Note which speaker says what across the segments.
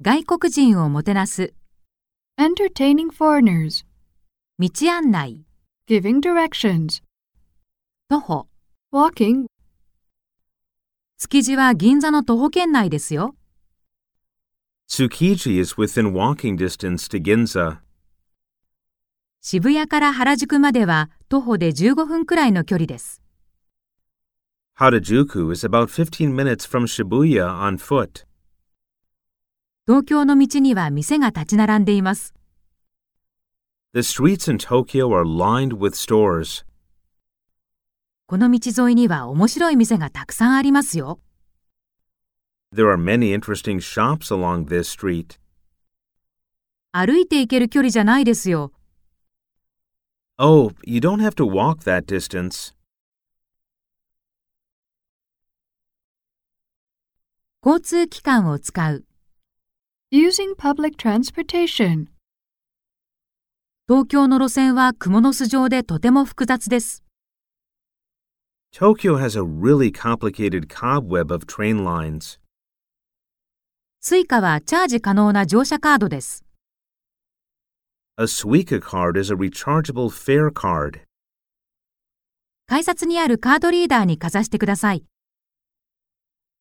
Speaker 1: 外国人をもてなす、
Speaker 2: entertaining foreigners,
Speaker 1: 道案内、
Speaker 2: giving directions,
Speaker 1: 徒歩。
Speaker 2: walking,
Speaker 1: 築地は銀座の徒歩圏内ですよ。
Speaker 3: Tsukiji is within walking distance to Ginza.
Speaker 1: 渋谷から原宿までは徒歩で15分くらいの距離です。
Speaker 3: Harajuku is about 15 minutes from Shibuya on foot.
Speaker 1: 東京の道には店が立ち並んでいます。
Speaker 3: The streets in Tokyo are lined with stores.
Speaker 1: この道沿いには面白い店がたくさんありますよ。
Speaker 3: There are many interesting shops along this street.
Speaker 1: 歩いて行ける距離じゃないですよ。
Speaker 3: Oh, you don't have to walk that distance.
Speaker 1: 交通機関を使う。
Speaker 2: using public transportation,
Speaker 1: 東京の路線は雲の巣状でとても複雑です。
Speaker 3: Tokyo has a really complicated cobweb of train lines.
Speaker 1: スイカはチャージ可能な乗車カードです。
Speaker 3: A Suica card is a rechargeable fare card.
Speaker 1: 改札にあるカードリーダーにかざしてください。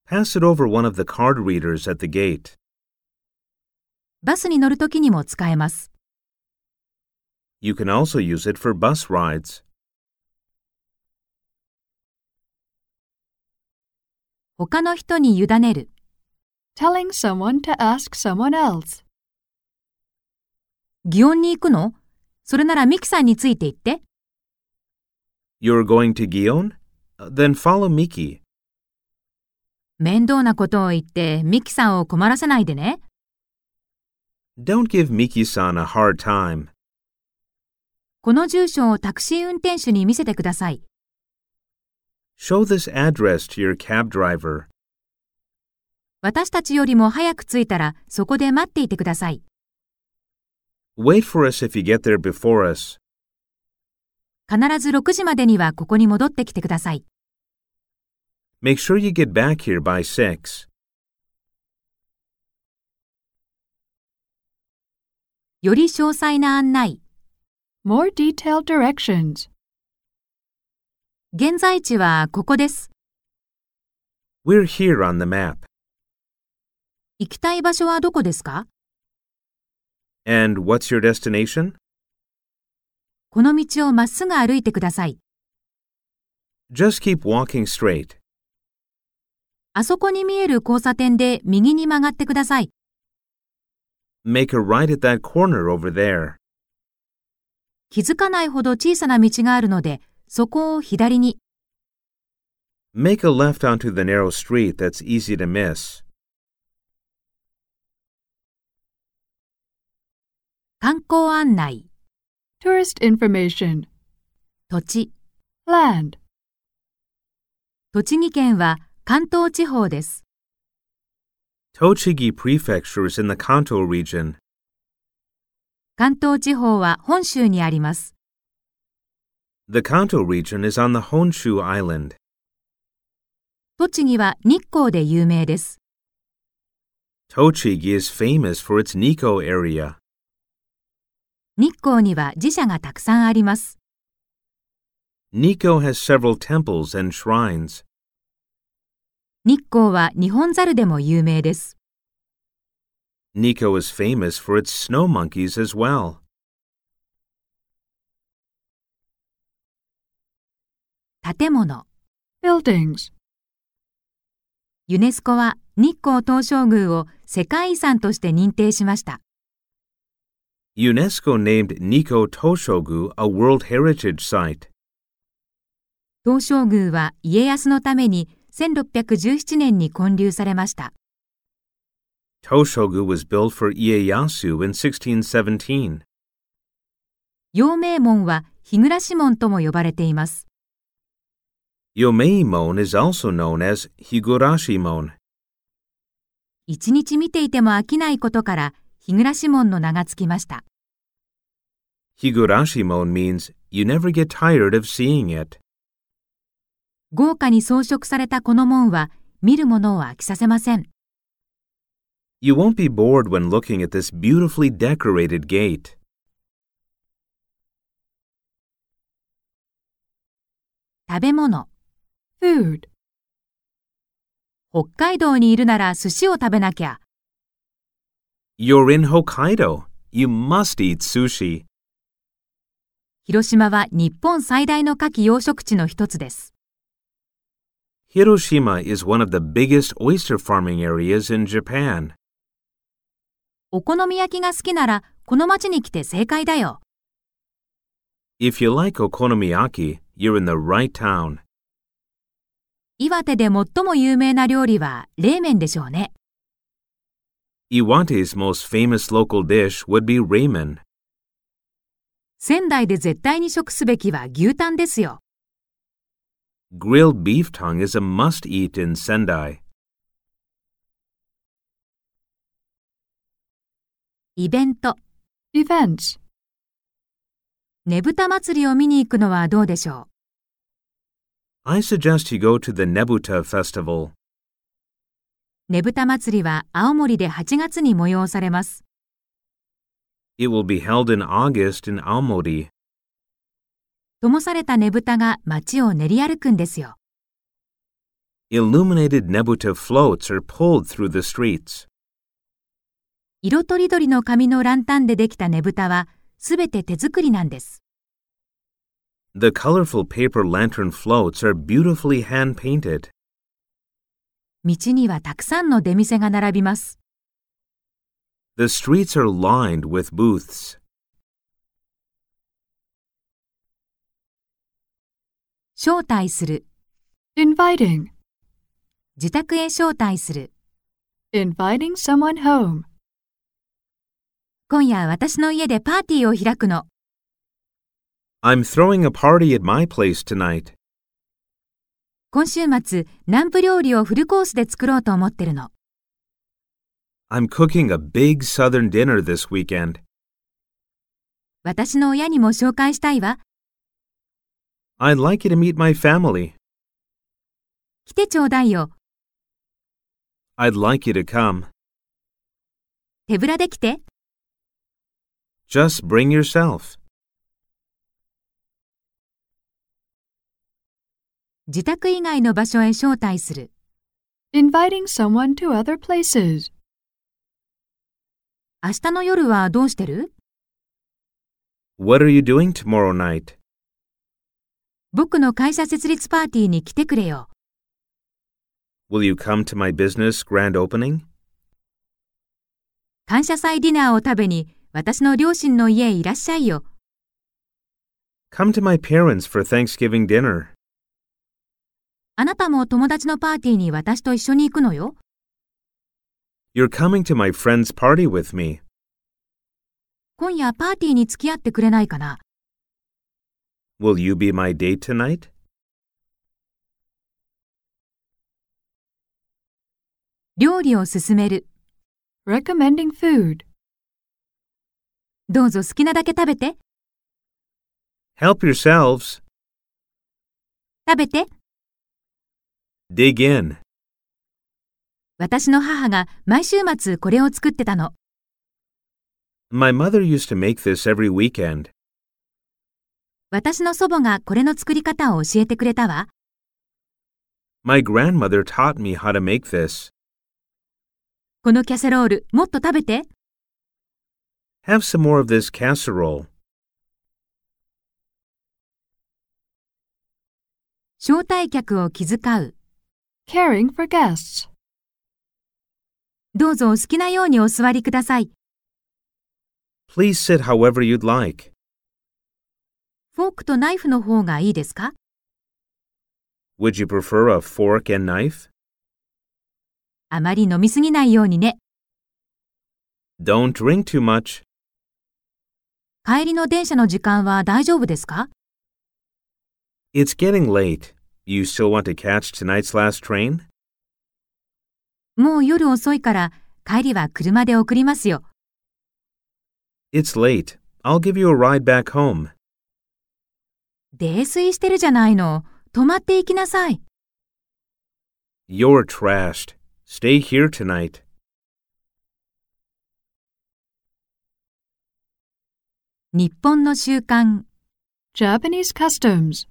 Speaker 3: Pass it over one of the card readers at the gate.
Speaker 1: バスに乗るときにも使えます。
Speaker 3: You can also use it for bus rides.
Speaker 1: 他の人に委ねる。
Speaker 2: telling someone to ask someone else,
Speaker 1: 祇園に行くのそれならミキさんについて行って。
Speaker 3: You're going to Gion? Uh, Then follow Miki.
Speaker 1: 面倒なことを言ってミキさんを困らせないでね。
Speaker 3: Don't give Miki san a hard time.
Speaker 1: この住所をタクシー運転手に見せてください。
Speaker 3: Show this address to your cab driver.
Speaker 1: 私たちよりも早く着いたらそこで待っていてください。
Speaker 3: Wait for us if you get there before us.
Speaker 1: 必ず6時までにはここに戻ってきてください。
Speaker 3: Make sure you get back here by 6.
Speaker 1: より詳細な案内。
Speaker 2: more detailed directions.
Speaker 1: 現在地はここです。
Speaker 3: We're here on the map.
Speaker 1: 行きたい場所はどこですか
Speaker 3: And what's your destination?
Speaker 1: この道をまっすぐ歩いてください。
Speaker 3: Just keep walking straight.
Speaker 1: あそこに見える交差点で右に曲がってください。
Speaker 3: Make a right at that corner over there.
Speaker 1: 気づかないほど小さな道があるので、そこを左に。
Speaker 3: Make a left onto the narrow street that's easy to miss.
Speaker 1: 観光案内、
Speaker 2: Tourist information,
Speaker 1: 土地。
Speaker 2: land,
Speaker 1: 栃木県は関東地方です。
Speaker 3: Tochigi Prefecture is in the Kanto region.
Speaker 1: 関東地方は本州にあります。
Speaker 3: The Kanto region is on the Honshu Island.
Speaker 1: 栃木は日光で有名です。
Speaker 3: Tochigi is famous for its Nikko area.
Speaker 1: 日光には寺社がたくさんあります。
Speaker 3: Nikko has several temples and shrines.
Speaker 1: 日光は日本猿でも有名です。
Speaker 3: Nikko is famous for its snow monkeys as well.
Speaker 1: 建物。
Speaker 2: buildings,
Speaker 1: ユネスコは日光東照宮を世界遺産として認定しました。
Speaker 3: UNESCO named Nikko Toshogu a World Heritage Site.
Speaker 1: 東照宮は家康のために1617年に建立されました。
Speaker 3: Toshogu was built for Ieyasu in 1617.
Speaker 1: 陽明門は日暮門とも呼ばれています。
Speaker 3: Yomeimon is also known as Higurashimon.
Speaker 1: 一日見ていても飽きないことから日暮門の名がつきました。
Speaker 3: Higurashimon means you never get tired of seeing it.
Speaker 1: 豪華に装飾されたこの門は見る者を飽きさせません。
Speaker 3: You won't be bored when looking at this beautifully decorated gate.
Speaker 1: 食べ物。
Speaker 2: Food.
Speaker 1: 北海道にいるなら寿司を食べなきゃ。
Speaker 3: You're in Hokkaido. You must eat sushi.
Speaker 1: 広島は日本最大の牡蠣養殖地の一つです。
Speaker 3: Hiroshima is one of the biggest oyster farming areas in Japan.
Speaker 1: お好み焼きが好きなら、この町に来て正解だよ。
Speaker 3: If you like okonomiyaki, you're in the right town.
Speaker 1: 岩手で最も有名な料理は冷麺でしょうね。
Speaker 3: Iwate's most famous local dish would be ramen.
Speaker 1: 仙台で絶対に食すべきは牛タンですよ。
Speaker 3: Grilled beef tongue is a must eat in Sendai.
Speaker 1: イベント。
Speaker 2: Events.
Speaker 1: ねぶた祭りを見に行くのはどうでしょう。
Speaker 3: I suggest you go to the Nebuta Festival.
Speaker 1: ねぶた祭りは青森で8月に催されます。
Speaker 3: It will be held in August in Aomori.
Speaker 1: 灯されたねぶたが街を練り歩くんですよ。
Speaker 3: Illuminated Nebuta floats are pulled through the streets.
Speaker 1: 色とりどりの紙のランタンでできたねぶたは、すべて手作りなんです。
Speaker 3: The colorful paper lantern floats are beautifully hand painted.
Speaker 1: 道にはたくさんの出店が並びます。
Speaker 3: The streets are lined with booths.
Speaker 1: 招待する、
Speaker 2: Inviting.
Speaker 1: 自宅へ招待する。
Speaker 2: Inviting someone home.
Speaker 1: 今夜私の家でパーティーを開くの。
Speaker 3: I'm throwing a party at my place tonight.
Speaker 1: 今週末、南部料理をフルコースで作ろうと思ってるの。
Speaker 3: I'm cooking a big southern dinner this weekend.
Speaker 1: 私の親にも紹介したいわ。
Speaker 3: I'd like you to meet my family.
Speaker 1: 来てちょうだいよ。
Speaker 3: I'd like you to come.
Speaker 1: 手ぶらで来て。
Speaker 3: Just bring yourself.
Speaker 1: 自宅以外の場所へ招待する。
Speaker 2: Inviting someone to other places.
Speaker 1: 明日の夜はどうしてる
Speaker 3: What are you doing tomorrow night?
Speaker 1: 僕の会社設立パーティーに来てくれよ。
Speaker 3: Will you come to my business grand opening?
Speaker 1: 感謝祭ディナーを食べに、私の両親の家へいらっしゃいよ。
Speaker 3: Come to my parents for Thanksgiving dinner.
Speaker 1: あなたも友達のパーティーに私と一緒に行くのよ。
Speaker 3: You're coming to my friend's party with me.
Speaker 1: 今夜パーティーに付き合ってくれないかな。
Speaker 3: Will you be my date tonight?
Speaker 1: 料理を勧める。
Speaker 2: Recommending food.
Speaker 1: どうぞ好きなだけ食べて。
Speaker 3: Help yourselves.
Speaker 1: 食べて。
Speaker 3: Dig in.
Speaker 1: 私の母が毎週末これを作ってたの。
Speaker 3: My mother used to make this every weekend.
Speaker 1: 私の祖母がこれの作り方を教えてくれたわ。
Speaker 3: My grandmother taught me how to make this.
Speaker 1: このキャセロール、もっと食べて。
Speaker 3: Have some more of this casserole.
Speaker 1: 招待客を気遣う。
Speaker 2: Caring for guests.
Speaker 1: どうぞお好きなようにお座りください。
Speaker 3: Please sit however you'd like.
Speaker 1: フォークとナイフの方がいいですか
Speaker 3: Would you prefer a fork and knife?
Speaker 1: あまり飲みすぎないようにね。
Speaker 3: Don't drink too much.
Speaker 1: 帰りの電車の時間は大丈夫ですか
Speaker 3: It's getting late. You still want to catch tonight's last train?
Speaker 1: もう夜遅いから帰りは車で送りますよ。
Speaker 3: It's late. I'll give you a ride back home.
Speaker 1: 泥酔してるじゃないの。泊まっていきなさい。
Speaker 3: You're trashed. Stay here tonight.
Speaker 1: 日本の習慣、
Speaker 2: Japanese customs,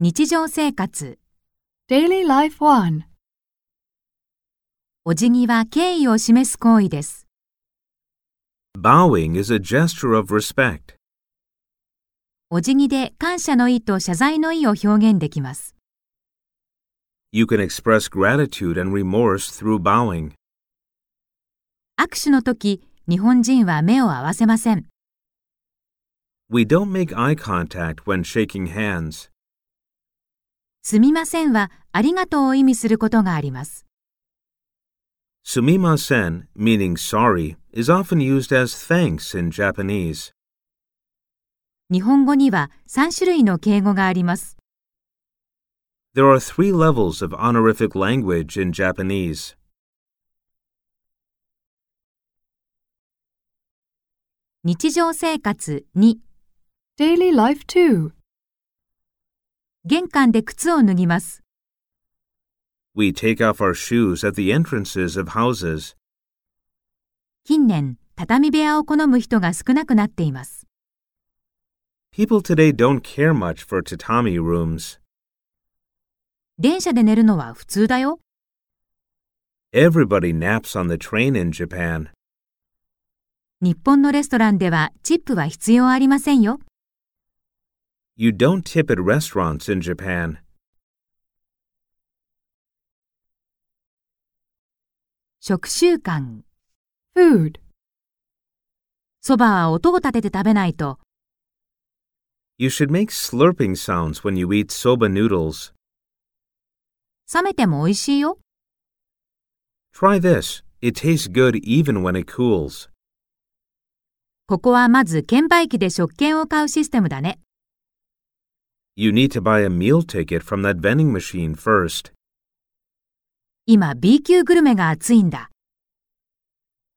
Speaker 1: 日常生活、
Speaker 2: daily life 1.
Speaker 1: お辞儀は敬意を示す行為です。
Speaker 3: Bowing is a gesture of respect.
Speaker 1: お辞儀で感謝の意と謝罪の意を表現できます。
Speaker 3: You can express gratitude and remorse through bowing.
Speaker 1: 握手の時、日本人は目を合わせません。
Speaker 3: We don't make eye contact when shaking hands.
Speaker 1: すみませんは、ありがとうを意味することがあります。
Speaker 3: Sumimasen, meaning sorry, is often used as thanks in Japanese.
Speaker 1: 日本語には3種類の敬語があります。
Speaker 3: There are three levels of honorific language in Japanese.
Speaker 1: 「日常生活」に
Speaker 2: Daily life 2.
Speaker 1: 玄関で靴を脱ぎます。
Speaker 3: We take off our shoes at the entrances of houses.
Speaker 1: 近年、畳部屋を好む人が少なくなっています。
Speaker 3: People today don't care much for tatami rooms.
Speaker 1: 電車で寝るのは普通だよ。
Speaker 3: Everybody naps on the train in Japan.
Speaker 1: 日本のレストランではチップは必要ありませんよ。
Speaker 3: You don't tip at restaurants in Japan.
Speaker 1: 食習慣。
Speaker 2: Food.
Speaker 1: そばは音を立てて食べないと、
Speaker 3: You should make slurping sounds when you eat soba noodles.
Speaker 1: 冷めても美味しいよ。
Speaker 3: Try this. It tastes good even when it cools.
Speaker 1: ここはまず券売機で食券を買うシステムだね。
Speaker 3: You need to buy a meal ticket from that vending machine first.
Speaker 1: 今 B 級グルメが熱いんだ。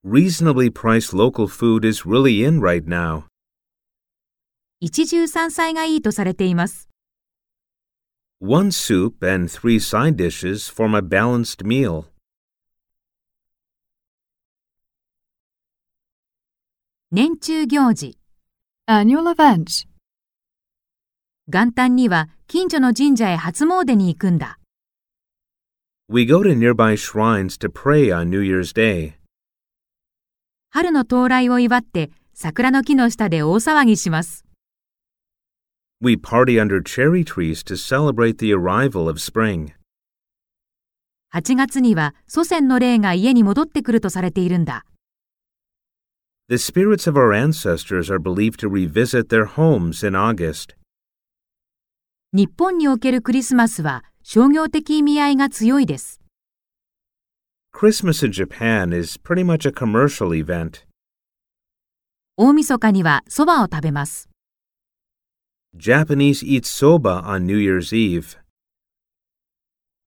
Speaker 3: Reasonably priced local food is really in right now.
Speaker 1: 一汁三菜がいいとされています。
Speaker 3: One soup and three side dishes form a balanced meal.
Speaker 1: 年中行事。
Speaker 2: Annual events.
Speaker 1: 元旦には近所の神社へ初詣に行くんだ。
Speaker 3: We go to nearby shrines to pray on New Year's Day.
Speaker 1: 春の到来を祝って桜の木の下で大騒ぎします。
Speaker 3: We party under cherry trees to celebrate the arrival of spring.
Speaker 1: 8月には祖先の霊が家に戻ってくるとされているんだ。
Speaker 3: The spirits of our ancestors are believed to revisit their homes in August.
Speaker 1: 日本におけるクリスマスは商業的意味合いが強いです。
Speaker 3: Christmas in Japan is pretty much a commercial event.
Speaker 1: 大晦日には蕎麦を食べます。
Speaker 3: Japanese eat soba on New Year's Eve.